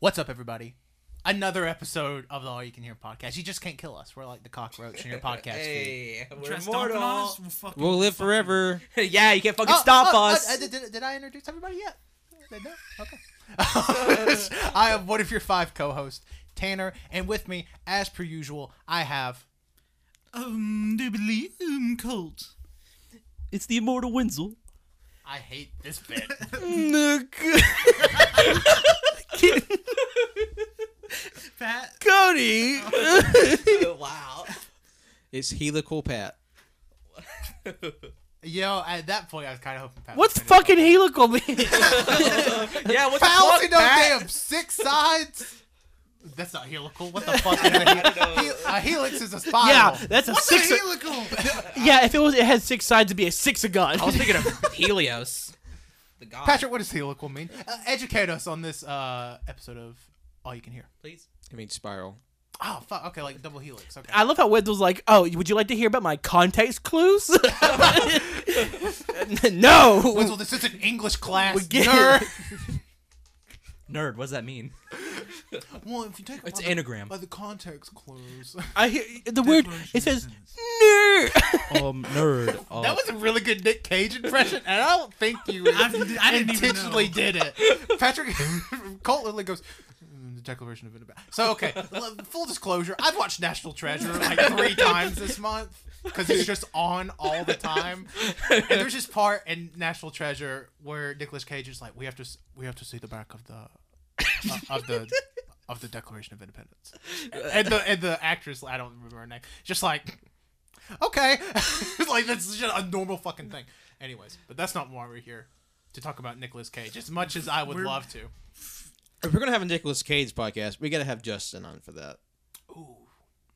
What's up, everybody? Another episode of the All You Can Hear podcast. You just can't kill us. We're like the cockroach in your podcast feed. Hey, we're Try stomping immortal. on us, we'll, fucking- We'll live fucking- forever. yeah, you can't fucking Oh, stop oh, us. oh, did, did- did I introduce everybody yet? No? Okay. I am one of your five co hosts, Tanner, and with me, as per usual, I have. Um, doobly um, cult. It's the immortal Wenzel. I hate this bit. Pat. Cody. wow. it's helical Pat. Yo, at that point, I was kind of hoping. Pat What's was gonna- fucking helical mean? Yeah, what the Pals, fuck, you know, Matt? damn six sides. That's not helical. What the fuck? Is a, hel- hel- a helix is a spiral. yeah, that's a six. helical? yeah, if it was, it had six sides, it'd be a sixagon. I was thinking of Helios. The god. Patrick, what does helical mean? Uh, educate us on this uh, episode of All You Can Hear. please. I mean spiral. Oh fuck. Okay, like double helix. Okay. I love how Wenzel's like, "Oh, would you like to hear about my context clues?" no. Wenzel, this is an English class. We get it. nerd. Nerd, what does that mean? Well, if you take It's by the- anagram. by the context clues. I hear the word. It says nerd. um, nerd. That was a really good Nick Cage impression, and I don't think you Oh. I didn't- I didn't even intentionally know. did it. Patrick Colt literally goes, "Mm, the Declaration of Independence. So, okay, l- full disclosure, I've watched National Treasure like three times this month because it's just on all the time. And there's this part in National Treasure where Nicolas Cage is like, we have to, s- we have to see the back of the, uh, of the. Of the Declaration of Independence, and the and the actress I don't remember her name, just like okay. like that's just a normal fucking thing. Anyways, but that's not why we're here to talk about Nicolas Cage as much as I would We're- love to. If we're gonna have a Nicolas Cage podcast, we gotta have Justin on for that. Ooh,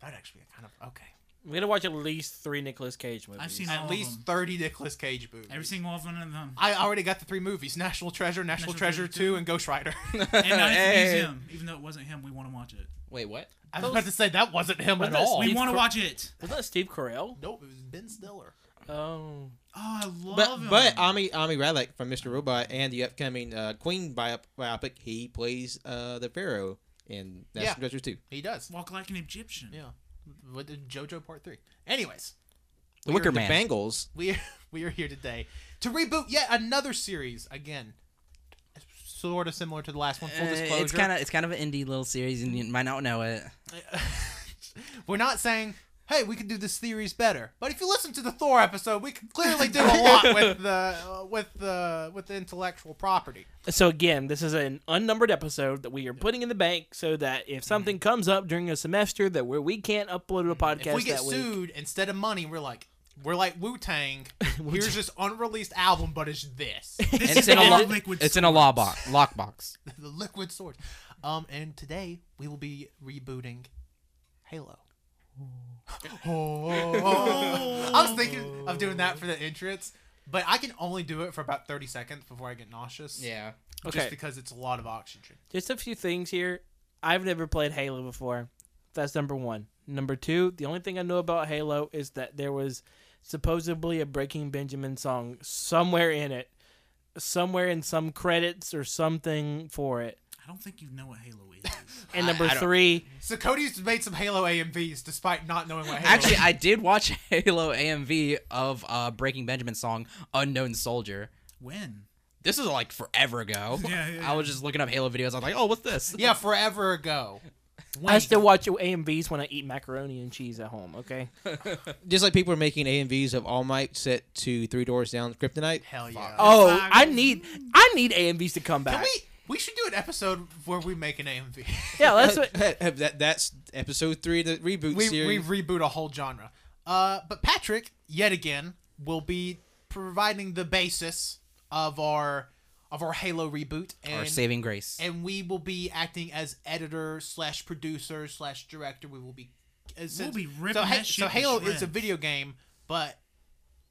that actually kind of okay. Um, We're gonna watch at least three Nicolas Cage movies. I've seen all At of least them. thirty Nicolas Cage movies. every single one of them. I already got the three movies: National Treasure, National, Treasure National Treasure Two, and Ghost Rider. And now Hey. it's museum. Even though it wasn't him, we want to watch it. Wait, what? I was about to say that wasn't him at that all. We Steve want to Cor- watch it. Was that Steve Carell? Nope, it was Ben Stiller. Oh. Oh, I love But him. but um, Ami Ami Radek from Mr. Robot and the upcoming uh, Queen biop- biopic, he plays uh, the Pharaoh in National Yeah. Treasure Two. He does. walk like an Egyptian. Yeah. What did JoJo Part Three? Anyways, The Wicker the Man. Bengals. we we are here today to reboot yet another series again. Sort of similar to the last one. Uh, Full disclosure. Uh, it's kind of it's kind of an indie little series, and you might not know it. We're not saying, hey, we can do this series better. But if you listen to the Thor episode, we can clearly do a lot with the uh, with the with the intellectual property. So again, this is an unnumbered episode that we are putting in the bank so that if something comes up during a semester that where we can't upload a podcast Mm-hmm. If we get that week, sued instead of money, we're like we're like Wu Tang. Here's this unreleased album, but it's this This And is it's in a all lo- liquid. It's in a law box, lock box. the Liquid Swords. Um, and today we will be rebooting Halo. Oh. I was thinking of doing that for the entrance, but I can only do it for about thirty seconds before I get nauseous. Yeah. just okay, because it's a lot of oxygen. just a few things here. I've never played Halo before. That's number one. Number two, the only thing I know about Halo is that there was supposedly a Breaking Benjamin song somewhere in it, somewhere in some credits or something for it. I don't think you know what Halo is. And I- number I don't- three, So Cody's made some Halo AMVs despite not knowing what Halo Actually, is. I did watch Halo AMV of uh, Breaking Benjamin's song "Unknown Soldier." when? This is like forever ago. Yeah, yeah, I was just looking up Halo videos. I was like, "Oh, what's this?" yeah, forever ago. I still watch AMVs when I eat macaroni and cheese at home. Okay. Just like people are making AMVs of All Might set to Three Doors Down Kryptonite. Hell yeah. Oh, Fuck. I need I need AMVs to come Can back. we we should do an episode where we make an AMV. Yeah, that's what. that, that's episode three of the we reboot we series. reboot a whole genre. Uh but Patrick, yet again, will be providing the basis of our of our Halo reboot Or and Saving Grace. and we will be acting as editor slash producer slash director. We will be uh, We'll be ripping so, that shit so to Halo is a shreds. video game, but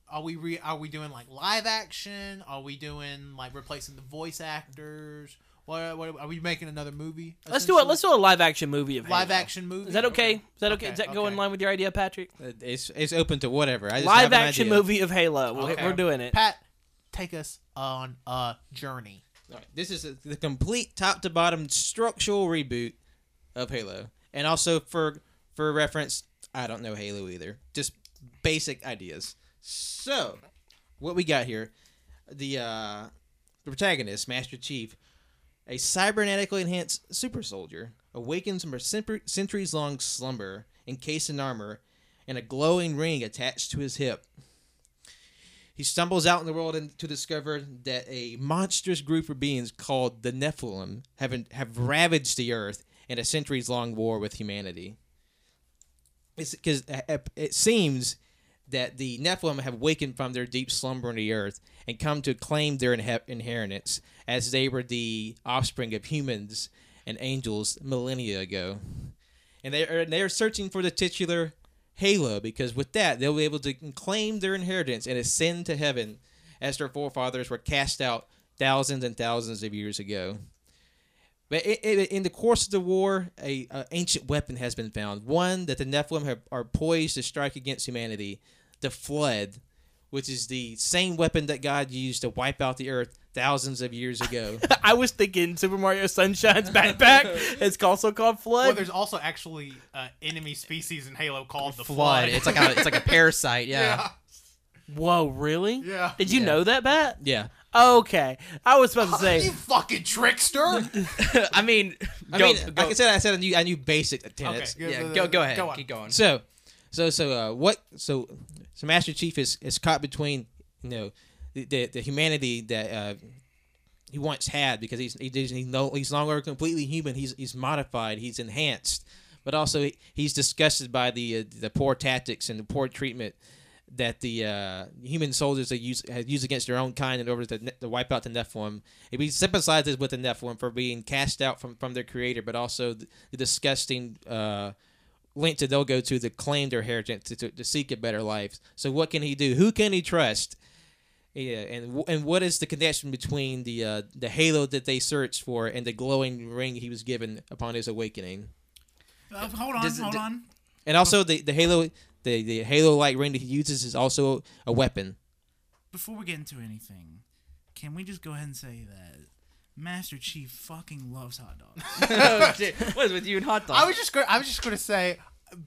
are we re- are we doing like live action? Are we doing like replacing the voice actors? What, what are we making another movie? Let's do it. Let's do a live action movie of live Halo. action movie. Is that okay? Is that okay? Okay, Does that go in okay. line with your idea, Patrick? Uh, it's it's open to whatever. I just have Live an action idea. movie of Halo. We're, Okay. we're doing it. Pat, take us on a journey. All right, this is a, the complete top to bottom structural reboot of Halo, and also for for reference, I don't know Halo either. Just basic ideas. So, what we got here, the uh, the protagonist, Master Chief, a cybernetically enhanced super soldier, awakens from a centuries long slumber, encased in armor, and a glowing ring attached to his hip. He stumbles out in the world and to discover that a monstrous group of beings called the Nephilim have, have ravaged the Earth in a centuries long war with humanity. It's because it seems that the Nephilim have wakened from their deep slumber in the earth and come to claim their inhe- inheritance, as they were the offspring of humans and angels millennia ago. And they are they are searching for the titular Halo because with that they'll be able to claim their inheritance and ascend to heaven, as their forefathers were cast out thousands and thousands of years ago. But i i in the course of the war, a, a ancient weapon has been found. One that the Nephilim have, are poised to strike against humanity, the flood, which is the same weapon that God used to wipe out the earth thousands of years ago. I was thinking Super Mario Sunshine's backpack. it's also called Well, Flood. there's also actually uh, enemy species in Halo called the Flood. Flood. It's like a it's like a parasite. Yeah. yeah, Whoa, really? yeah. Did you Yeah. know that, Bat? yeah, Okay, I was about to you say. fucking trickster! I mean, I go, mean, go, like I said, I said I knew I knew basic tenets. yeah, go go ahead. Go on. Keep going. So, so, so, uh, what? So, so Master Chief is is caught between you know the the, the humanity that uh, he once had because he's he, doesn't- he's no he's no longer completely human. He's he's modified. He's enhanced, but also he, he's disgusted by the uh, the poor tactics and the poor treatment that the uh, human soldiers have used, have used against their own kind in order to, ne- to wipe out the Nephilim. If he sympathizes with the Nephilim for being cast out from, from their creator, but also the, the disgusting uh, length that they'll go to to claim their inheritance to, to, to seek a better life. So what can he do? Who can he trust? Yeah, and wh- and what is the connection between the uh, the halo that they searched for and the glowing ring he was given upon his awakening? Uh, hold on, Does it- hold d- on. And also the, the halo the, the halo light ring that he uses is also a weapon. Before we get into anything, can we just go ahead and say that Master Chief fucking loves hot dogs? oh, shit. What is with you and hot dogs? I was just going. I was just going to say.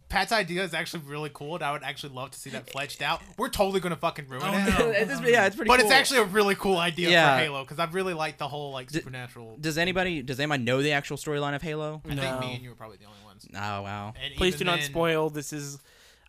Pat's idea is actually really cool, and I would actually love to see that fledged out. We're totally gonna fucking ruin Oh, it, no. It's just- yeah, it's pretty. but cool. it's actually a really cool idea Yeah. for Halo because I really like the whole like D- supernatural. Does anybody does anybody know the actual storyline of Halo? I think No. me and you were probably the only ones. Oh wow. And Please even do not then- spoil. This is.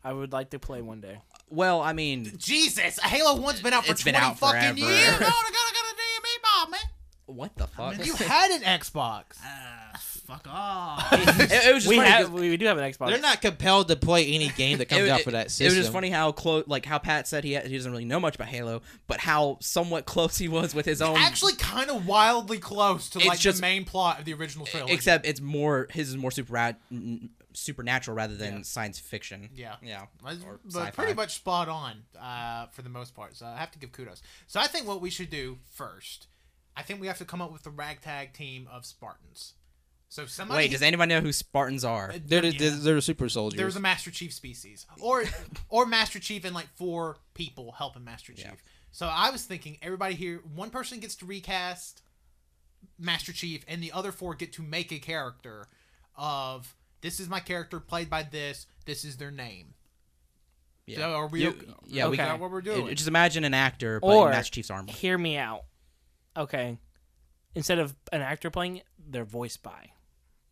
I would like to play one day. Well, I mean, Jesus, Halo One's been out for It's been twenty out fucking forever. years. I got a damn Xbox, man. what the fuck? You had an Xbox. Ah, fuck off. it, it was just We funny have. 'cause We, we do have an Xbox. They're not compelled to play any game that comes it, out it- for that It system. was just funny how close, like how Pat said he, he doesn't really know much about Halo, but how somewhat close he was with his own. Actually, kind of wildly close to It's like just- E-, the main plot of the original trilogy. except it's more his is more super rad, n- supernatural rather than science fiction. Yeah. yeah, But it's- Or but sci-fi. pretty much spot on uh, for the most part. So I have to give kudos. So I think what we should do first, I think we have to come up with the ragtag team of Spartans. So if somebody Wait, does anybody know who Spartans are? They're, the they're, they're super soldiers. there's a Master Chief species, or or Master Chief and like four people helping Master Chief. So I was thinking everybody here, one person gets to recast Master Chief, and the other four get to make a character of this is my character played by this. This is their name. Yeah. So are we? You- okay? yeah, we Is that can- what we're doing. Just imagine an actor, but Or- in Master Chief's armor. Hear me out. Okay. Instead of an actor playing it, they're voiced by.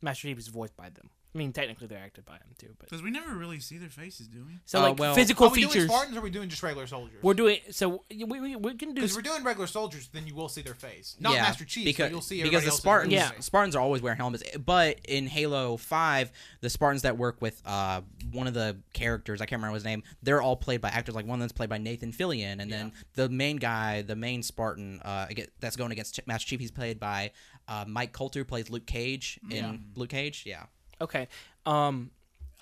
Master Chief is voiced by them. I mean, technically they're acted by him too, but Because we never really see their faces, do we? so Uh, like well- physical are we doing features. Spartans or are we doing just regular soldiers? We're doing so we, we, we can do because we're doing regular soldiers, then you will see their face. Not yeah, Master Chief, because but you'll see because everybody the else's Spartans Yeah. face. Spartans are always wearing helmets. But in Halo Five, the Spartans that work with uh one of the characters I can't remember his name, they're all played by actors. Like one of them's played by Nathan Fillion, and then the main guy, the main Spartan uh aga- that's going against Ch- Master Chief, he's played by uh, Mike Coulter, who plays Luke Cage in Luke Cage. Yeah, okay. Um,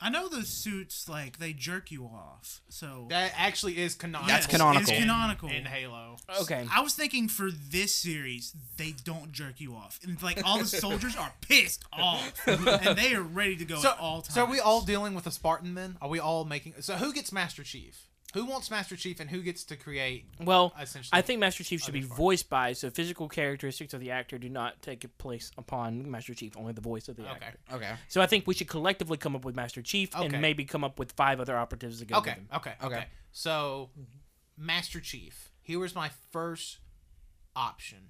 I know the suits, like, they jerk you off. So That actually is canonical. That's in- canonical. It's canonical. in Halo. okay. I was thinking for this series, they don't jerk you off, and like all the soldiers are pissed off, and they are ready to go So, at all times. so are we all dealing with a Spartan then? Are we all making? So who gets Master Chief? Who wants Master Chief and who gets to create? Well, Essentially, I think Master Chief should be other part. voiced by, so physical characteristics of the actor do not take place upon Master Chief, only the voice of the Okay. actor. Okay. So I think we should collectively come up with Master Chief Okay. and maybe come up with five other operatives to go with Okay, him. okay, okay. Okay. So, Master Chief. Here was my first option.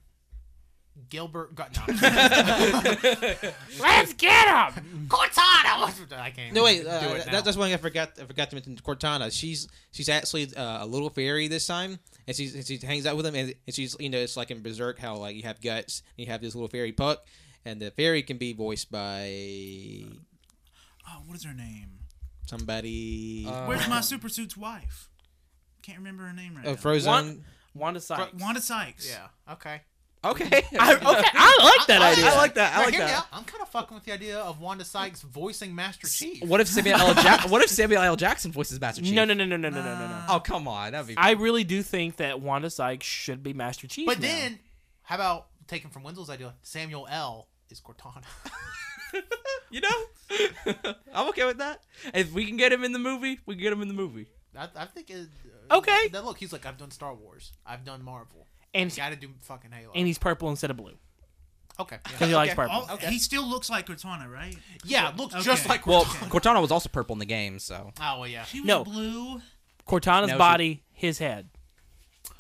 Gilbert got no, Let's get him! Cortana. I can't. No wait, do uh, it that- now. that's one thing I forgot. I forgot to mention Cortana. She's she's actually uh, a little fairy this time, and she she hangs out with him, and, and she's you know it's like in Berserk how like you have guts, and you have this little fairy puck, and the fairy can be voiced by Oh, what is her name? somebody. Uh, Where's my super suit's wife? Can't remember her name right oh, now. Frozen. One- Wanda Sykes. Wanda Sykes. yeah. Okay. Okay. I, okay, I like that I- I idea. I like that. I Now, like hear me that. out. I'm kind of fucking with the idea of Wanda Sykes voicing Master Chief. What if Samuel L. Jack- what if Samuel L. Jackson voices Master Chief? No, no, no, no, no, no, no, no, no. Oh come on, that'd be. I really do think that Wanda Sykes should be Master Chief. But now. then, how about taken from Wenzel's idea? Samuel L. is Cortana. you know, I'm okay with that. If we can get him in the movie, we can get him in the movie. I, I think. It, uh, Okay. Now look, he's like, I've done Star Wars. I've done Marvel. and Got to do fucking Halo. and he's purple instead of blue okay. yeah. because he likes purple. Oh, Okay. He still looks like Cortana, right? Yeah, it looks Okay. just like Well, Cortana. Cortana was also purple in the game, so Oh well, yeah. She was No. blue. Cortana's No, she- body, his head.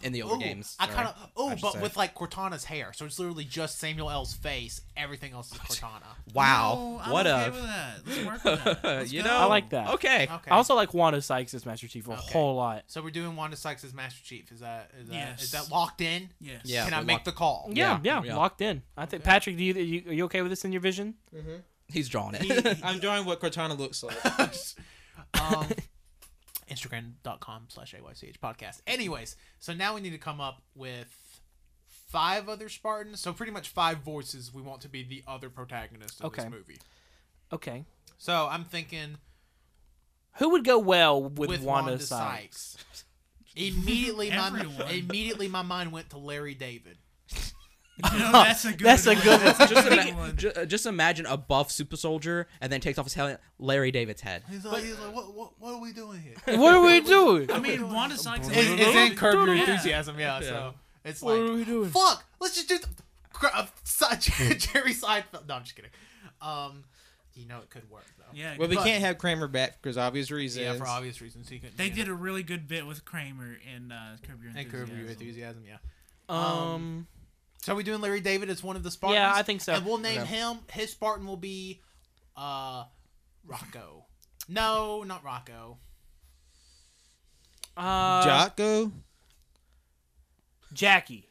in the older Ooh, games. I sorry. kind of oh, should but say. with like Cortana's hair, so it's literally just Samuel L's face. Everything else is Cortana. Wow, No, I'm what okay a. With that. Let's work with that. Let's you go. know, I like that. Okay. Okay. I also like Wanda Sykes as Master Chief a whole lot. so we're doing Wanda Sykes as Master Chief. Is that is that is Yes. that locked in? Yes. Yeah. Can I we make locked- the call? Yeah, yeah, Yeah, yeah. locked in. I think Patrick, do you, you are you okay with this in your vision? He's drawing He- it. I'm drawing what Cortana looks like. um, Instagram.com slash AYCH podcast. Anyways, so now we need to come up with five other Spartans. So pretty much five voices we want to be the other protagonist of Okay. this movie. Okay. So I'm thinking Who would go well with, with Wanda, Wanda, Sykes? Sykes. Immediately my Everyone. immediately my mind went to Larry David. You know, that's a good. That's a one. good- That's a just, good ima- one. ju- uh, just imagine a buff super soldier and then takes off his helmet, Larry David's head. He's like, he's like what, what what are we doing here? What are we doing? I mean, Wanda Sykes. It's, is it's in Curb Your Yeah. Enthusiasm, yeah. So it's like, are we doing? fuck, let's just do the cr- uh, Si- Jerry Seinfeld. No, I'm just kidding. Um, you know it could work though. Yeah. well, we But- can't have Kramer back because obvious reasons. Yeah, for obvious reasons. He couldn't. They you know. did a really good bit with Kramer in uh, Curb Your And Curb Enthusiasm. Your Enthusiasm, yeah. Um, So are we doing Larry David as one of the Spartans? Yeah, I think so. And we'll name Okay. him. His Spartan will be, uh, Rocco. No, not Rocco. uh, Jocko. Jackie.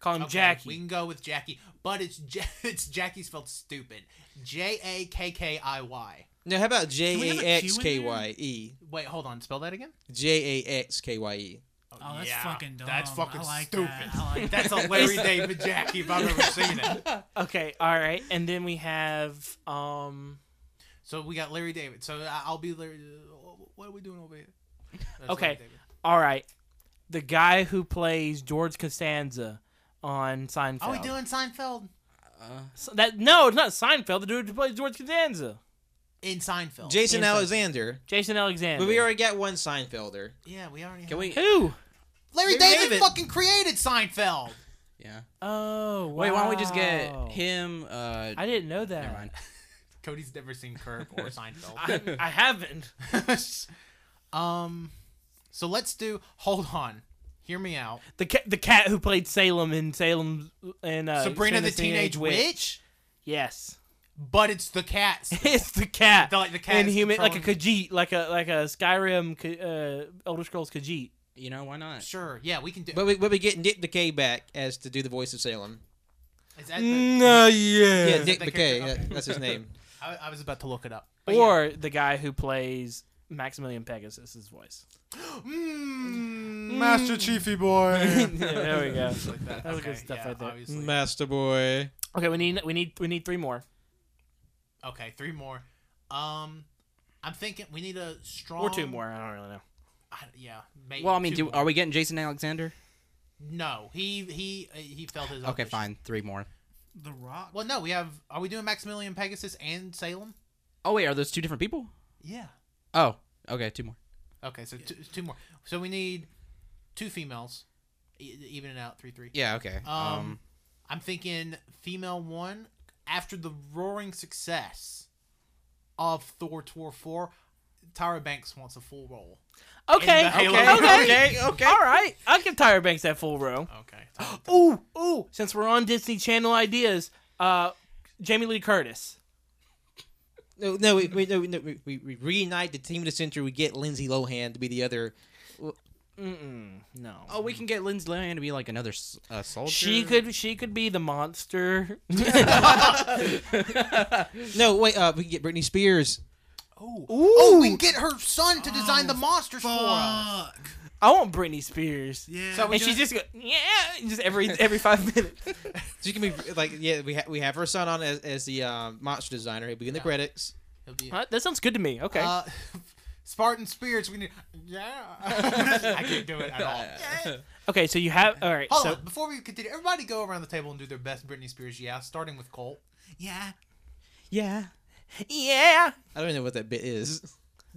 Call him Okay, Jackie. We can go with Jackie, but it's ja- it's Jackie spelled stupid. J a k k i y. No, how about we J have A a X Q in K there? Y E? Wait, hold on. Spell that again. J A X K Y E. Oh, that's Yeah, fucking dumb. That's fucking I like stupid. That. I like That's a Larry David Jackie if I've ever seen it. Okay, all right, and then we have um. So we got Larry David. So I- I'll be Larry. uh, What are we doing over here? That's Okay. Larry David. All right, the guy who plays George Costanza on Seinfeld. Are we doing Seinfeld S- that? No, it's not Seinfeld. The dude who plays George Costanza, in Seinfeld? Jason Inside. Alexander. Jason Alexander. But we already got one Seinfelder. yeah, we already. Can have- we? Who? Larry, Larry David, David. fucking created Seinfeld. Yeah. Oh, wow. Wait, why don't we just get him? Uh, I didn't know that. never mind. Cody's never seen Curb or Seinfeld. I, I haven't. um, so let's do. Hold on. Hear me out. The cat, the cat who played Salem in Salem and uh, Sabrina the Teenage, Witch, Yes, but it's the cat. it's the cat. The- like, the cat in is human, like a controlling- Khajiit, like a like a Skyrim, K- uh, Elder Scrolls Khajiit. You know why not? Sure. Yeah, we can do. But we, but we get Nick Decay back as to do the voice of Salem. is that the, No, Yeah, Is Nick that the character? Decay. Okay. yeah, that's his name. I, I was about to look it up. But Oh, yeah. Or the guy who plays Maximilian Pegasus' voice. Master Chiefy boy. Yeah, there we go. Mm. like that. That was okay, good stuff yeah, right there. obviously. Master Boy. Okay, we need we need we need three more. Okay, three more. Um, I'm thinking we need a strong Or two more. I don't really know. I- yeah, maybe. Well, I mean, two do, more. are we getting Jason Alexander? no? He he uh, he felt his. Okay, audition. fine. Three more. The Rock. Well, no, we have. Are we doing Maximilian Pegasus and Salem? Oh wait, are those two different people? Yeah. Oh, okay, two more. Okay, so two, two more. So we need two females, e- even it out, three three. Yeah. Okay. Um, I'm thinking female one after the roaring success of Thor Tour Four. Tyra Banks wants a full role. Okay. the Okay. Halo Okay. movie. okay. All right. I'll give Tyra Banks that full row. Okay. Ooh, ooh. Since we're on Disney Channel ideas, uh, Jamie Lee Curtis. No, no, we we, no, no, we, we we reunite the team of the century. We get Lindsay Lohan to be the other. Mm-mm, no. oh, we can get Lindsay Lohan to be like another s- uh, soldier. she could. She could be the monster. No, wait. Uh, we can get Britney Spears. Oh. Ooh. Oh, we can get her son to design the monsters for us. Fuck. I want Britney Spears. Yeah. So we And she's just go, yeah, just every every five minutes. She can be like, yeah, we ha- we have her son on as, as the um, monster designer. He'll be in the Yeah. credits. He'll be- Huh? That sounds good to me. Okay. Uh, Spartan spirits. We need. Yeah. I can't do it at all. Yeah. okay. So you have all right. Hold so on. Before we continue, everybody go around the table and do their best Britney Spears. Yeah, starting with Colt. yeah. yeah, yeah. I don't even know what that bit is.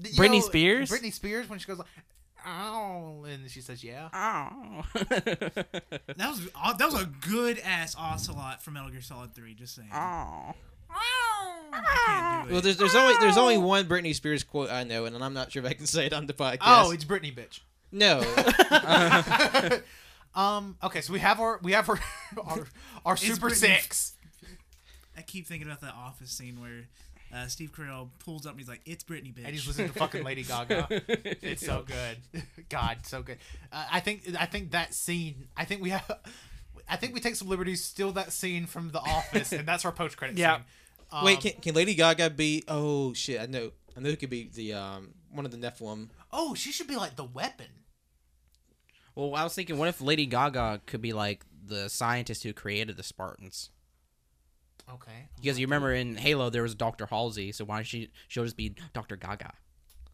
Th- you Britney Spears? Britney Spears when she goes like, "Ow," and she says, "Yeah." Oh. That was uh, that was a good ass ocelot from Metal Gear Solid Three. Just saying. Ah. oh. I can't do Well, it. there's there's only there's only one Britney Spears quote I know, and I'm not sure if I can say it on the podcast. Oh, it's Britney, bitch. no. Um. Okay, so we have our we have our our, our Super Britney. Six. I keep thinking about that office scene where uh, Steve Carell pulls up and he's like, "It's Britney, bitch." and he's listening to fucking Lady Gaga. It's so good, God, so good. Uh, I think I think that scene. I think we have. I think we take some liberties, steal that scene from The Office, and that's our post credit Yeah. scene. Um, wait, can, can Lady Gaga be? Oh shit, I know. I know who could be the um one of the Nephilim. oh, she should be like the weapon. Well, I was thinking, what if Lady Gaga could be like the scientist who created the Spartans? Okay. Because you remember in Halo there was Doctor Halsey, so why don't she she'll just be Doctor Gaga?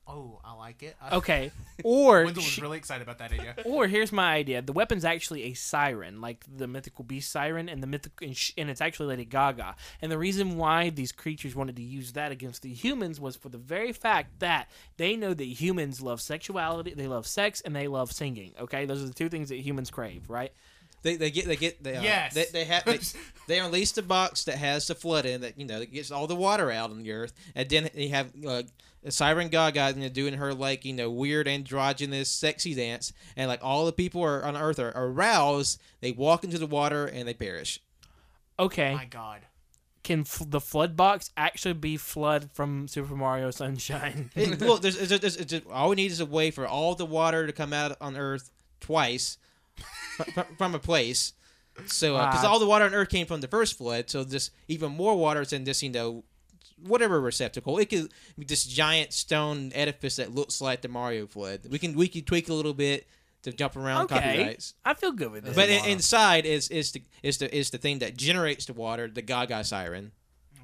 Oh, I like it. I, Okay. Or Wendell was she- really excited about that idea. or here's my idea: the weapon's actually a siren, like the mythical beast siren, and the mythic, and, sh- and it's actually Lady Gaga. And the reason why these creatures wanted to use that against the humans was for the very fact that they know that humans love sexuality, they love sex, and they love singing. Okay, those are the two things that humans crave, right? They, they get they get they uh, Yes. they, they have they, they unleash the box that has the flood in that you know that gets all the water out on the earth and then they have uh, Siren Gaga you know, doing her like you know weird androgynous sexy dance and like all the people are on earth are aroused they walk into the water and they perish Okay. My God. can f- the flood box actually be flood from Super Mario Sunshine? It- look there's, there's, there's, it's just- all we need is a way for all the water to come out on earth twice fr- fr- from a place so because Wow. all the water on earth came from the first flood so just even more water is in this you know whatever receptacle it could be this giant stone edifice that looks like the mario flood we can we can tweak a little bit to jump around Okay. copyrights I feel good with this. but in, inside is is the is the is the thing that generates the water the gaga siren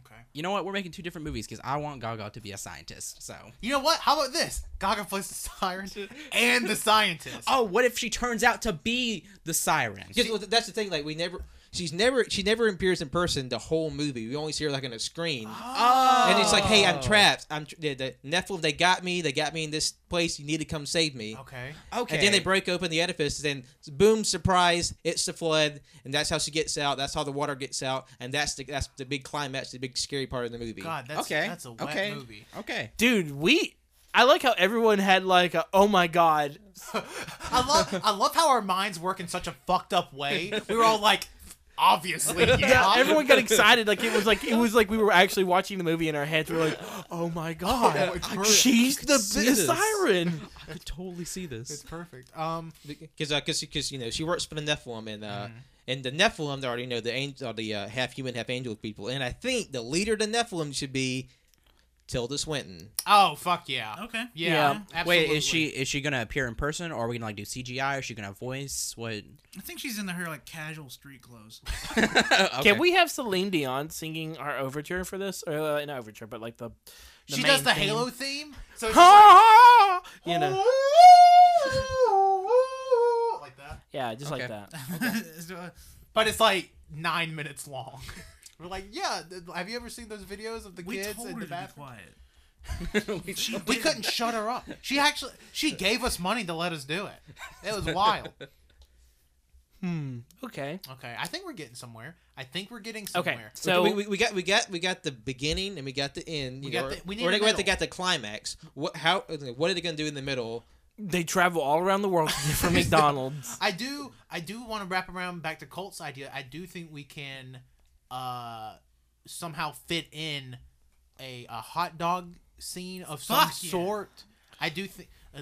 Okay. You know what? We're making two different movies because I want Gaga to be a scientist. So. You know what? How about this? Gaga plays the siren and the scientist. Oh, what if she turns out to be the siren? Just, well, that's the thing. Like we never, she's never, she never appears in person the whole movie. We only see her like on a screen, Oh. and it's like, hey, I'm trapped. I'm tr- the, the Nephilim. They got me. They got me in this place. You need to come save me. Okay. Okay. And then they break open the edifice, and then boom, surprise! It's the flood, and that's how she gets out. That's how the water gets out, and that's the that's the big climax, the big scary part of the movie. God, that's okay. that's a wet okay. movie. Okay. Dude, we. I like how everyone had like a oh my god. I love I love how our minds work in such a fucked up way. We were all like, obviously, yeah. Yeah, everyone got excited like it was like it was like we were actually watching the movie in our heads. We're like, oh my Oh, god, it's brilliant. she's the, see the this. siren. I could totally see It's this. perfect. Um, because because because uh, you know she works for the Nephilim and uh Mm-hmm. and the Nephilim they already know the angel are the uh, half human half angel people and I think the leader of the Nephilim should be Tilda Swinton. oh fuck yeah. Okay. Yeah. Yeah. Absolutely. Wait, is she is she gonna appear in person, or are we gonna like do CGI? Is she gonna have voice? What? I think she's in her like casual street clothes. Okay. Can we have Celine Dion singing our overture for this? Or uh, not overture, but like the, the She main does the theme. Halo theme. So it's just Ha! you know, like, like that. yeah, just like Okay. that. So, uh, But it's like nine minutes long. We're like, yeah. th- Have you ever seen those videos of the we kids told in her the to be bathroom? quiet. we shall We do. couldn't shut her up. She actually she gave us money to let us do it. It was wild. Okay. Okay, I think we're getting somewhere. I think we're getting somewhere. Okay. So we, we, we got we got we got the beginning and we got the end. You We know, got the- we or- need the or they got the, middle. got the climax. What how uh, what are they gonna do in the middle? they travel all around the world for McDonald's. I do I do want to wrap around back to Colt's idea. I do think we can uh somehow fit in a, a hot dog scene of some Fuck yeah. sort. I do think uh,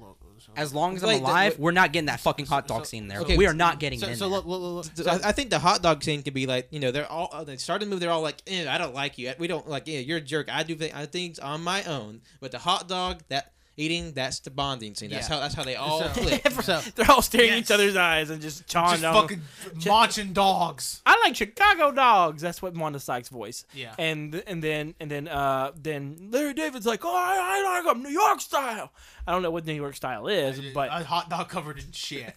look, so- As long as I'm Wait, that- alive, wait. we're not getting that fucking hot dog so- scene there. okay, we are not getting so, it. in so there. look, look, look, look. I, I think the hot dog scene could be like you know they're all uh, they started the movie they're all like eh, I don't like you we don't like yeah you're a jerk I do thi- I things on my own but the hot dog that eating that's the bonding scene that's Yeah. how that's how they all So- click. so, They're all staring at Yes. each other's eyes and just chawing just down. fucking munching dogs. I like Chicago dogs. That's what Wanda Sykes' voice. Yeah. And and then and then uh then Larry David's like, oh, I, I like 'em New York style. I don't know what New York style is, but a hot dog covered in shit.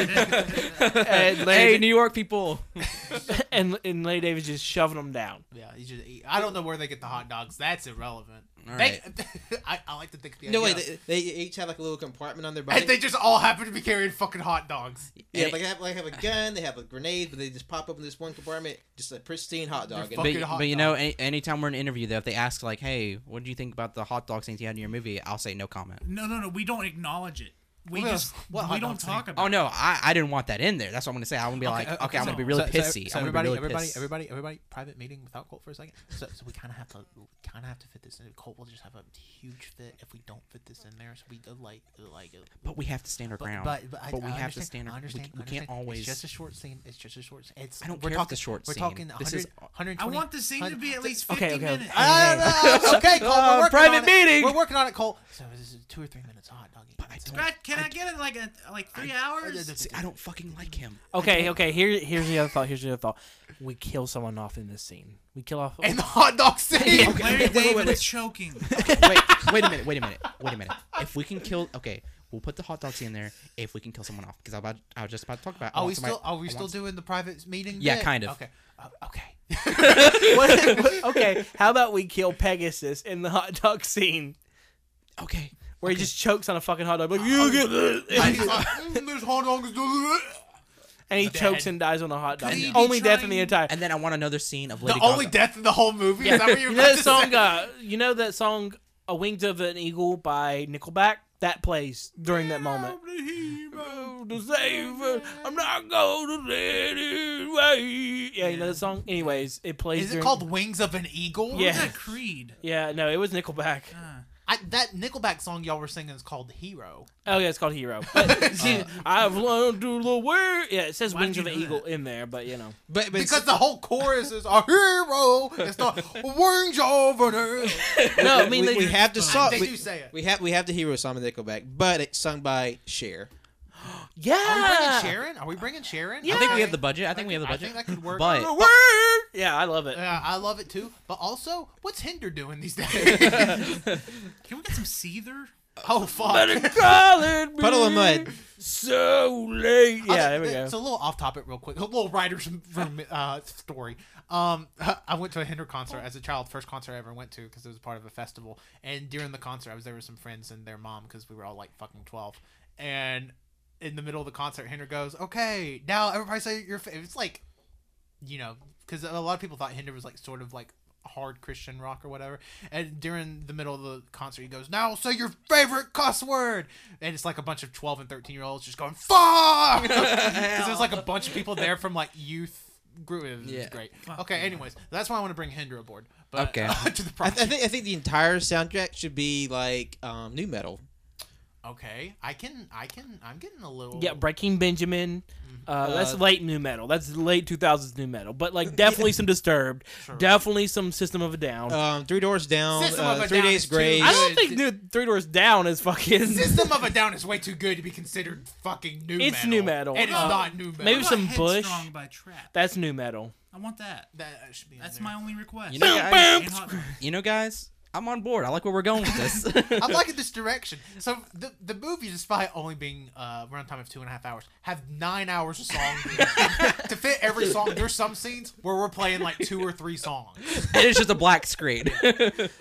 uh, and hey, Larry, New York people. and, and Larry David's just shoving them down. yeah, you just eat. I don't know where they get the hot dogs. That's irrelevant. All They- I, I like to think the No way idea. they, they each have like a little compartment on their body. And they just all happen to be carrying fucking hot dogs. yeah, And- like they have, like, have a gun, they have a grenade, but they just pop up in this one compartment, just a pristine hot dog. Fucking But, hot but you dog. know, any, anytime we're in an interview, though, if they ask like, "Hey, what do you think about the hot dog scenes you had in your movie?" I'll say no comment. No, no, no. We don't acknowledge it. We What just else? What we hot don't dogs talk about. Oh it. no, I, I didn't want that in there. That's what I'm gonna say. I'm gonna be like, okay, I'm gonna be really so, pissy. So, so I'm gonna everybody, be really everybody, pissed. everybody, everybody, private meeting without Colt for a second. So, so we kind of have to, kind of have to fit this in. Colt will just have a huge fit if we don't fit this in there. So we do like, like. But we have to stand our But, ground. but, but, I, we I have to understand, stand I our. We, understand, we understand. can't always. It's just a short scene. It's just a short scene. It's. I don't we're care if talking, it's a short We're scene. talking This is- 100, I 120. want the scene to be at least fifty Okay, okay. minutes. I don't know. Okay, Colt. Uh, We're working private on it. meeting. We're working on it, Colt. So this is two or three minutes of hot dogging. That's it. God, can I, get it like a, like three hours? See, I don't fucking like him. Okay, okay. Here here's the other thought. Here's the other thought. We kill someone off in this scene. We kill off. And the hot dog scene. Larry wait, wait, David wait. was choking. wait, wait a minute, wait a minute, wait a minute. If we can kill, okay, we'll put the hot dog scene there. If we can kill someone off, because I about I was just about to talk about. I Are want we somebody- still are I we still want- doing the private meeting? Yeah, bit? kind of. Okay. Uh, okay. What- okay, how about we kill Pegasus in the hot dog scene Okay. where he just chokes on a fucking hot dog like you get And he's like, "Mm, there's hot dogs. and he Dead. chokes and dies on a hot dog. Could he be Only death in the trying- entire. And then I want another scene of The Lady only Gaga. death in the whole movie. Is that what you're You about know to that song? say? Uh, you know that song "A Wings of an Eagle" by Nickelback. That plays during that moment. I'm not going to let it wait. Yeah, you know that song. Anyways, it plays. Is it during- called Wings of an Eagle? What's Yeah. that Creed? Yeah, no, it was Nickelback. Uh, I, that Nickelback song y'all were singing is called Hero. Uh, Oh yeah, it's called Hero. But, see, I've learned to the word. Yeah, it says Why'd "Wings you of an know Eagle" that? in there, but you know. But, but Because the whole chorus is a hero. It's not wings of an eagle. No, I mean we, they, we have the song. They we, do say it. We have we have the hero song of Nickelback, but it's sung by Cher. Are we bringing yeah. Sharon? Are we bringing Sharon? I think we have the budget. I think we have the I budget. think that could work. But The word. Yeah, I love it. Yeah, uh, I love it too. But also, what's Hinder doing these days? can we get some Seether? oh fuck. Colored Puddle of me Mud. So late. Oh, Yeah, that- there we that- go. It's a little off topic, real quick. A little writer's room uh, story. Um, I went to a Hinder concert as a child, first concert I ever went to because it was part of a festival. And during the concert, I was there with some friends and their mom because we were all like fucking twelve. And in the middle of the concert, Hinder goes, "Okay, now everybody say your favorite." It's like, you know, because a lot of people thought Hinder was like sort of like hard Christian rock or whatever. And during the middle of the concert, he goes, "Now say your favorite cuss word," and it's like a bunch of twelve and thirteen year olds just going "fuck" because there's like a bunch of people there from like youth. Group. It was Yeah. great. okay, anyways, that's why I want to bring Hinder aboard. But, Okay. to the I, project. I think I think the entire soundtrack should be like um, new metal. okay, I can, I can, I'm getting a little. Yeah, Breaking Benjamin. Mm-hmm. Uh, that's Uh, late new metal. That's late 2000s new metal. But like definitely some Disturbed. Definitely some System of a Down. Uh, Um, Three Doors Down, System uh, of a Three Down Days is too- Grace. I don't good. think dude, Three Doors Down is fucking. System of a Down is way too good to be considered fucking new metal. It's new metal. It is Uh, not new metal. maybe What some about Bush. Headstrong by Trap. That's new metal. I want that. that should be. in That's there. my only request. You know, And guys- hot dogs. you know, guys, I'm on board. I like where we're going with this. I'm liking this direction. So the the movie, despite only being uh, runtime of two and a half hours, have nine hours of song to fit every song. There's some scenes where we're playing like two or three songs. it is just a black screen.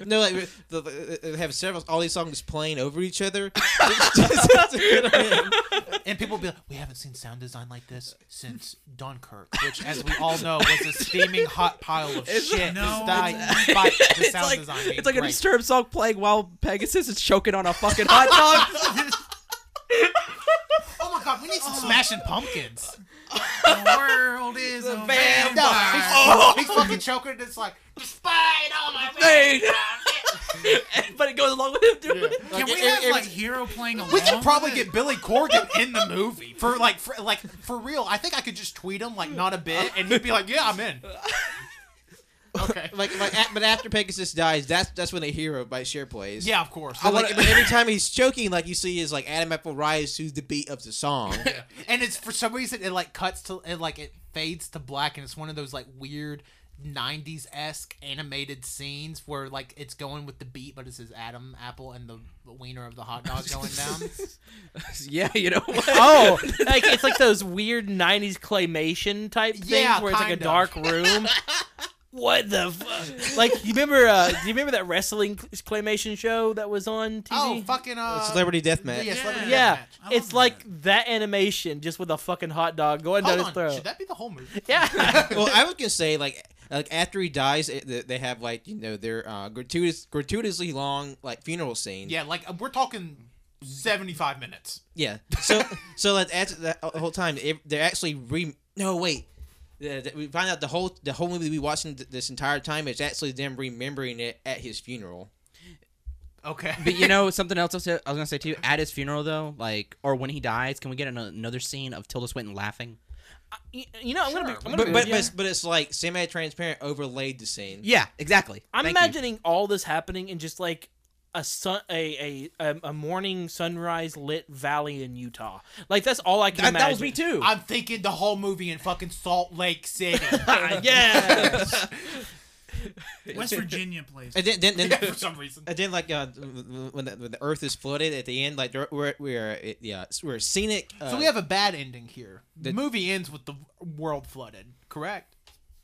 No, like the, the, they have several all these songs playing over each other. It's just- it's- And people will be like, we haven't seen sound design like this since Dunkirk, which, as we all know, was a steaming hot pile of shit no, designed by the it's sound like, design. being it's like a great. disturbed song playing while Pegasus is choking on a fucking hot dog. Oh my god, we need some smashing pumpkins. the world is a No, vampire. he's, he's fucking choking, and it's like, despite all my Hey. but it goes along with him doing it. Can we have like Hero playing along? We could probably with get Billy Corgan in the movie for like, for, like for real. I think I could just tweet him like not a bit, and he'd be like, "Yeah, I'm in." Okay. like, like, a- but after Pegasus dies, that's that's when a hero by Cher plays. Yeah, of course. So, like, but every time he's choking, like you see, is like Adam Apple rise to the beat of the song. and it's for some reason it like cuts to it like it fades to black, and it's one of those like weird. 90s esque animated scenes where like it's going with the beat, but it says Adam Apple and the wiener of the hot dog going down. Yeah, you know what? Oh, like it's like those weird '90s claymation type things Yeah, where it's like kind of. a dark room. what the fuck? Like, you remember? Uh, do you remember that wrestling claymation show that was on TV? Oh fucking uh, Celebrity Deathmatch. Yeah, celebrity Yeah, Deathmatch. I love it's like that animation just with a fucking hot dog going down Hold his on, throat. should that be the whole movie? yeah, well, I was gonna say like like after he dies, it, they- they have like you know their uh, gratuitous gratuitously long like funeral scene. Yeah, like uh, we're talking seventy-five minutes. Yeah. So so like after that whole time, it, they're actually re. No wait. Yeah, that- we find out the whole the whole movie we watching th- this entire time is actually them remembering it at his funeral. Okay. But you know something else I was I was gonna say too. At his funeral though, like or when he dies, can we get an- another scene of Tilda Swinton laughing? you, you know, I'm gonna be. Sure. I'm, gonna But be- but, yeah. but, it's, but it's like semi transparent overlaid the scene. Yeah, exactly. I'm Thank you. imagining all this happening in just like a sun, a a a, a morning sunrise lit valley in Utah. Like that's all I can That, imagine. that was me too. I'm thinking the whole movie in fucking Salt Lake City. Ah, yes. it. West Virginia plays. And then, then, then, for some reason. and then like uh, when, the, when the Earth is flooded at the end, like they're- we're we're uh, yeah we're scenic. Uh, So we have a bad ending here. The The- movie ends with the world flooded. Correct.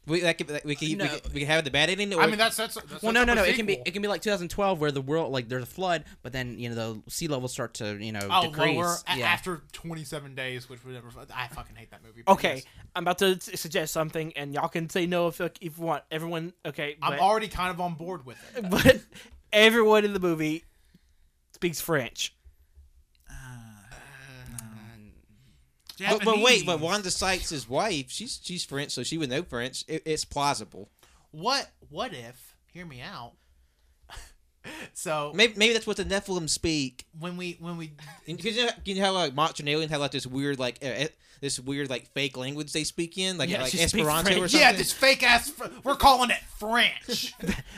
we that could, that we, could, we No. could we could have the bad ending. Or I mean that's that's. that's well, that's no, no, a no. It can be sequel. it can be like 2012 where the world like there's a flood, but then you know the sea levels start to you know Oh, decrease. lower a- yeah. after 27 days, which would never. I fucking hate that movie. but Okay, yes. I'm about to s- suggest something, and y'all can say no if if you want. Everyone, okay, I'm but, already kind of on board with it. but everyone in the movie speaks French. But, but wait, but Wanda Sykes' his wife, she's she's French, so she would know French. It, it's plausible. What? What if? Hear me out. so Maybe, maybe that's what the Nephilim speak. when we when we Because you, know, you know how like Macho and Alien have like this weird like uh, eh, this weird like fake language they speak in, like Yeah, like she speaks Esperanto or French. something. yeah this fake ass fr- we're calling it French.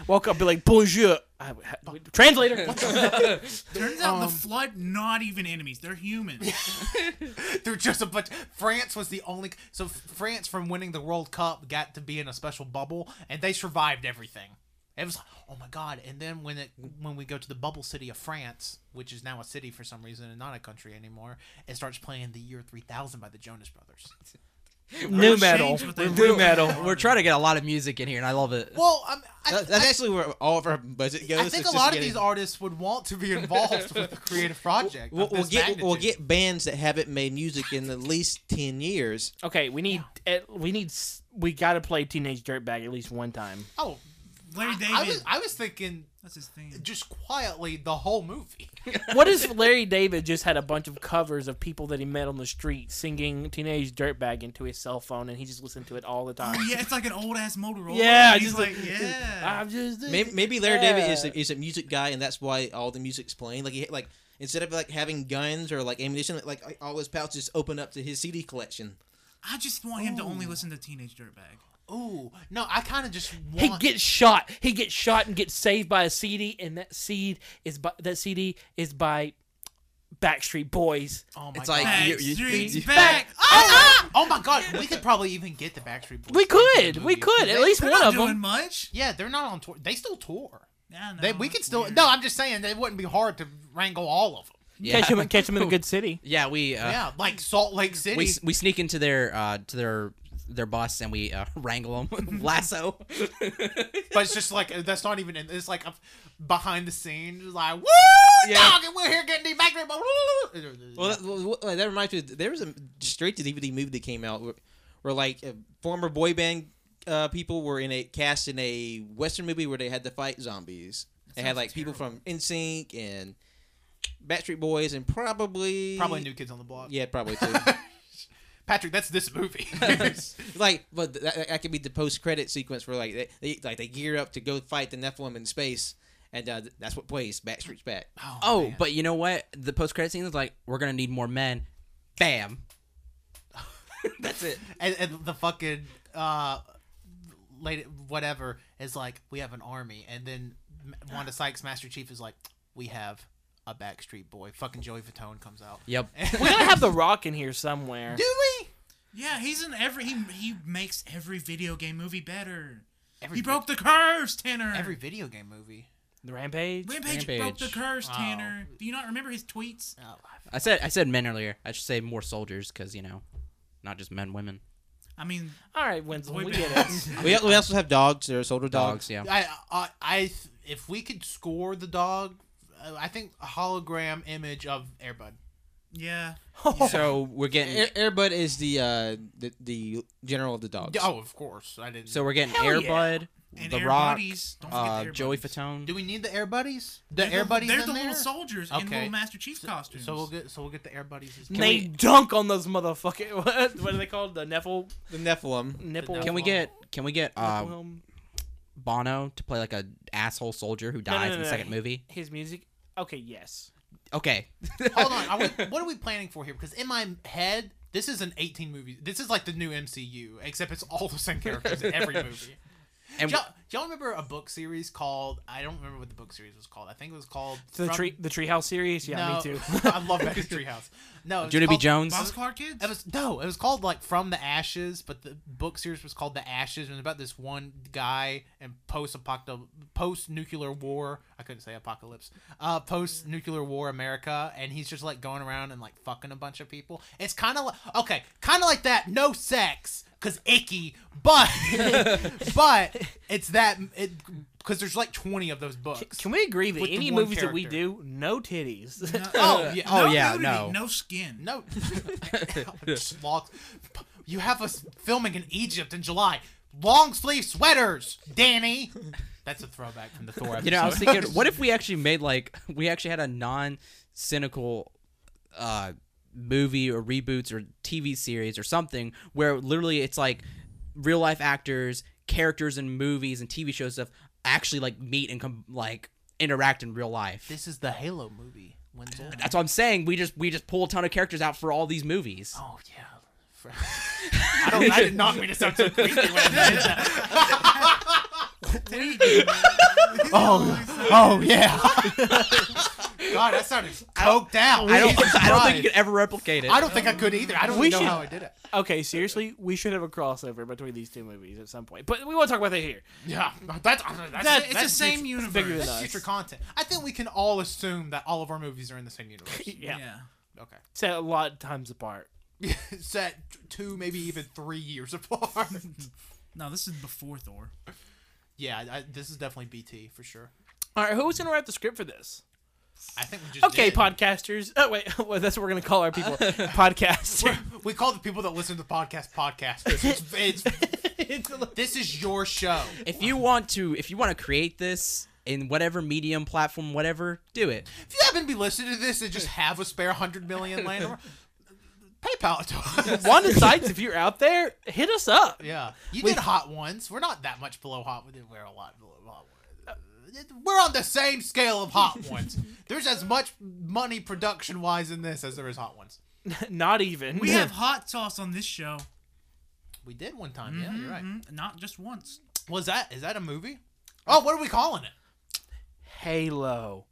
Walk up, be like bonjour. I, I- translator. Turns out Um, the flood, not even enemies. They're humans. They're just a bunch. France was the only. So F- France, from winning the World Cup, got to be in a special bubble, and they survived everything. It was like, oh my god! And then when it when we go to the bubble city of France, which is now a city for some reason and not a country anymore, it starts playing the year three thousand by the Jonas Brothers. new Change metal. what they New do. metal. We're trying to get a lot of music in here, and I love it. Well, I'm, I, That- that's actually where all of our budget goes. I think It's a just lot of getting- these artists would want to be involved with a creative project. We'll, of we'll this get we'll magnitude. get bands that haven't made music in at least ten years. Okay, we need at, we need s- we gotta play Teenage Dirtbag at least one time. Oh, Larry I- David. I was I was thinking That's his thing. just quietly the whole movie. What if Larry David just had a bunch of covers of people that he met on the street singing Teenage Dirtbag into his cell phone, and he just listened to it all the time? Oh, Yeah, it's like an old ass Motorola. Yeah, and he's just like, like- yeah. I'm just Maybe, maybe Larry David is Yeah. a, is a music guy, and that's why all the music's playing. Like he like instead of like having guns or like ammunition, like, like all his pouches open up to his CD collection. I just want him to only Oh. listen to Teenage Dirtbag. Ooh, no, I kind of just want. He gets shot. He gets shot and gets saved by a CD, and that seed is by that CD is by Backstreet Boys. Oh my It's god. like- Back, you- you- streets you- back. Ah! oh, oh my god, we could probably even get the Backstreet Boys. to We do the could, we movie. could, at They- least They're one not of doing them. much. Yeah, they're not on tour. They still tour. Yeah, no, They, we that's could still weird. no. I'm just saying that it wouldn't be hard to wrangle all of them. Yeah. Catch him, catch him in a good city. Yeah, we uh, yeah, like Salt Lake City. we we sneak into their uh to their their bus and we uh, wrangle them lasso. Oh, but it's just like uh, that's not even. in It's like a, behind the scenes, it's like woo, Yeah. dog, and we're here getting the bakery. blah, blah, blah, blah." Well, that, well, well, that reminds me. There was a straight to DVD movie that came out where, where like uh, former boy band uh, people were in a cast in a western movie where they had to fight zombies. they had sounds like people from NSYNC and Backstreet Boys and probably probably New Kids on the Block. Yeah, probably too. Patrick, that's this movie. like, but that, that- that could be the post credit sequence where like they, they like they gear up to go fight the Nephilim in space, and uh, that's what plays Backstreet's back. oh, but you know what? The post credit scene is like we're gonna need more men. Bam. That's it. and, and the fucking uh lady whatever is like we have an army and then M- wanda sykes master chief is like we have a backstreet boy fucking joey fatone comes out Yep. We gotta have the Rock in here somewhere. do we Yeah, he's in every. He, he makes every video game movie better. every, He broke the curse, Tanner. every video game movie The Rampage. Rampage, broke Rampage. the curse, Oh. Tanner. Do you not remember his tweets? oh, I- I said I said men earlier. I should say more soldiers because you know, not just men, women, I mean, All right, Winslow, way we back- get it. We, we also have dogs. There are soldier dogs. dogs. Yeah. I, I i th- if we could score the dog uh, i think a hologram image of airbud yeah. Oh. So we're getting Air, Airbud is the, uh, the the general of the dogs. oh of course i didn't so we're getting Hell Air yeah. Bud, And The Air Rock, Buddies. Don't forget uh, the Air Joey Buddies. Fatone. do we need the air buddies the They're air buddies They're in the there? little soldiers in Okay. little Master Chief costumes. so we'll get so we'll get the air buddies as- they dunk on those motherfucking. What, what are they called? The Nephil The Nephilim. nipple. Can we get can we get nipple uh, helm? Bono to play like a asshole soldier who No, no, dies no, in the no. second movie? his music? Okay, yes. Okay. Hold on. Are we, what are we planning for here? Because in my head, this is an 18 movie. This is like the new MCU, except it's all the same characters in every movie. And Do y'all, do y'all remember a book series called? I don't remember what the book series was called. I think it was called The From- tree, the Treehouse series. Yeah, no, me too. I love Betty Treehouse. No, it was Judy B. called- Jones. Boss Clark Kids. It was no, it was called like From the Ashes, but the book series was called The Ashes, and it was about this one guy and post-apocalypse, post-nuclear war. I couldn't say apocalypse. Uh, post-nuclear war America, and he's just like going around and like fucking a bunch of people. It's kind of like okay, kind of like that. No sex, cause icky, but but it's that it because there's like 20 of those books. Can we agree that With the any one movies that we character. do, no titties? No- uh, Oh, yeah. Oh, no yeah, nudity, no. no skin. No. Just long- You have us filming in Egypt in July. Long sleeve sweaters, Danny. That's a throwback from the Thor episode. You know, I was thinking, what if we actually made like we actually had a non-cynical uh, movie or reboots or TV series or something where literally it's like real life actors, characters in movies and TV shows stuff actually like meet and come like interact in real life. this is the Halo movie, Wenzel. That's what I'm saying. We just we just pull a ton of characters out for all these movies. Oh yeah. For- I, don't, I did not mean to sound so creepy when I said that. oh, oh yeah. God, that sounded coked out. I don't Jesus I don't think Christ. you could ever replicate it. I don't think I could either. I don't We know should- how I did it. okay, seriously, we should have a crossover between these two movies at some point. But we won't talk about that here. Yeah, that's, uh, that's, That- it's that's the same future- universe. bigger than That's us. future content. I think we can all assume that all of our movies are in the same universe. Yeah, yeah. okay, set a lot of times apart. set two, maybe even three years apart. No, this is before Thor. yeah, I, this is definitely BT for sure. All right, who's gonna write the script for this? I think we just Okay, did. podcasters. Oh wait, well, that's what we're gonna call our people. Podcasters. We call the people that listen to the podcast podcasters. It's, it's, this is your show. if you want to if you want to create this in whatever medium platform whatever, do it. If you happen to be listening to this and just have a spare hundred million laying around, PayPal it to us. Wanda Sites, if you're out there, hit us up. Yeah, you did hot ones. We're not that much below hot. We're a lot below hot ones. We're on the same scale of hot ones. There's as much money production wise in this as there is hot ones. Not even. We have hot sauce on this show. We did one time. Yeah, you're right. Mm, Not just once. Was that is that a movie? Oh, what are we calling it? Halo.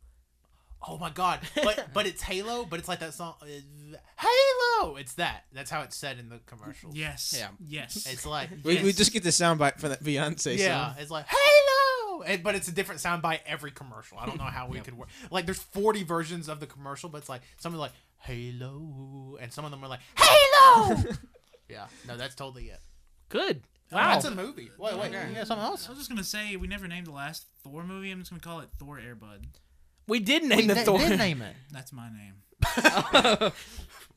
Oh my god! But but it's Halo. But it's like that song uh, Halo. It's that. That's how it's said in the commercials. Yes. Yeah. Yes. Oh, It's like We, we yes. just get the soundbite from that Beyonce. yeah. song. It's like Halo. know, and, but it's a different soundbite every commercial. I don't know how we could work. Like, there's 40 versions of the commercial, but it's like some are like Halo, and some of them are like Halo. yeah, no, that's totally it. Good. Wow. Oh, That's a movie. Wait, wait, yeah, something else. I was just gonna say we never named the last Thor movie. I'm just gonna call it Thor Airbud. we did name the Thor. name it. That's my name.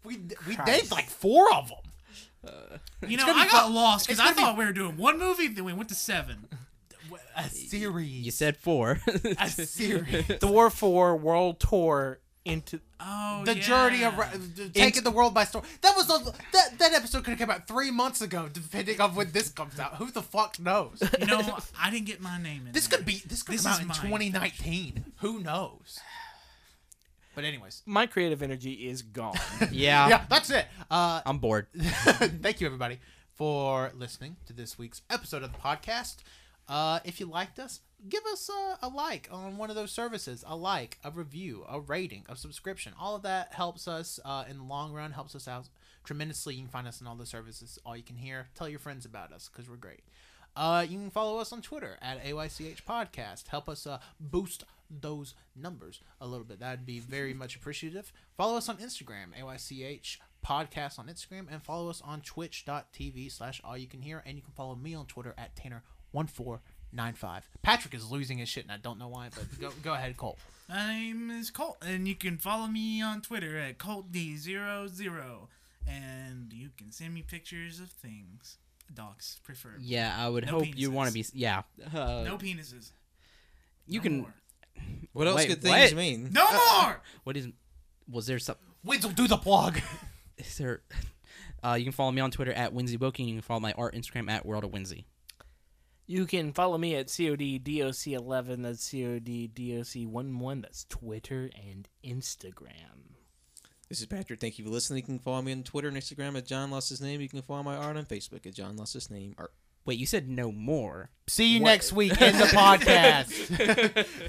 We d- we named like four of them. You know, I got lost because I thought we were doing one movie, then we went to seven. A series. You said four. a series. Thor Four World Tour into. Oh, the yeah. journey of taking the world by storm. That was a, that that episode could have come out three months ago, depending on when this comes out. Who the fuck knows? You know, I didn't get my name in. This there. could be this could This come out is in mine. 2019. Who knows? But anyways, My creative energy is gone. yeah. yeah, that's it. Uh, I'm bored. thank you everybody for listening to this week's episode of the podcast. Uh, if you liked us, give us a, a like on one of those services, a like, a review, a rating, a subscription. All of that helps us uh, in the long run, helps us out tremendously. You can find us on all the services, all you can hear. Tell your friends about us because we're great. Uh, you can follow us on Twitter at AYCH Podcast. Help us uh, boost those numbers a little bit. That'd be very much appreciative. Follow us on Instagram, AYCH Podcast on Instagram, and follow us on twitch.tv slash all you can hear. And you can follow me on Twitter at Tanner1495. Patrick is losing his shit, and I don't know why, but go, go ahead, Cole. My name is Colt, and you can follow me on Twitter at ColtD00, and you can send me pictures of things. Dogs prefer. Yeah, I would No hope you penises. want to be. Yeah. Uh, No penises. you No can. Uh, more. What else Wait, could things what? mean? No more. What is? Was there some? Winslow, do the plug. Is there? Uh, you can follow me on Twitter at Winsy Boking. You can follow my art Instagram at World of Winsy. You can follow me at CODDOC11. That's CODDOC11. That's Twitter and Instagram. This is Patrick. Thank you for listening. You can follow me on Twitter and Instagram at John Lost His Name. You can follow my art on Facebook at John Lost His Name Art. Wait, you said no more. See you next week in the podcast.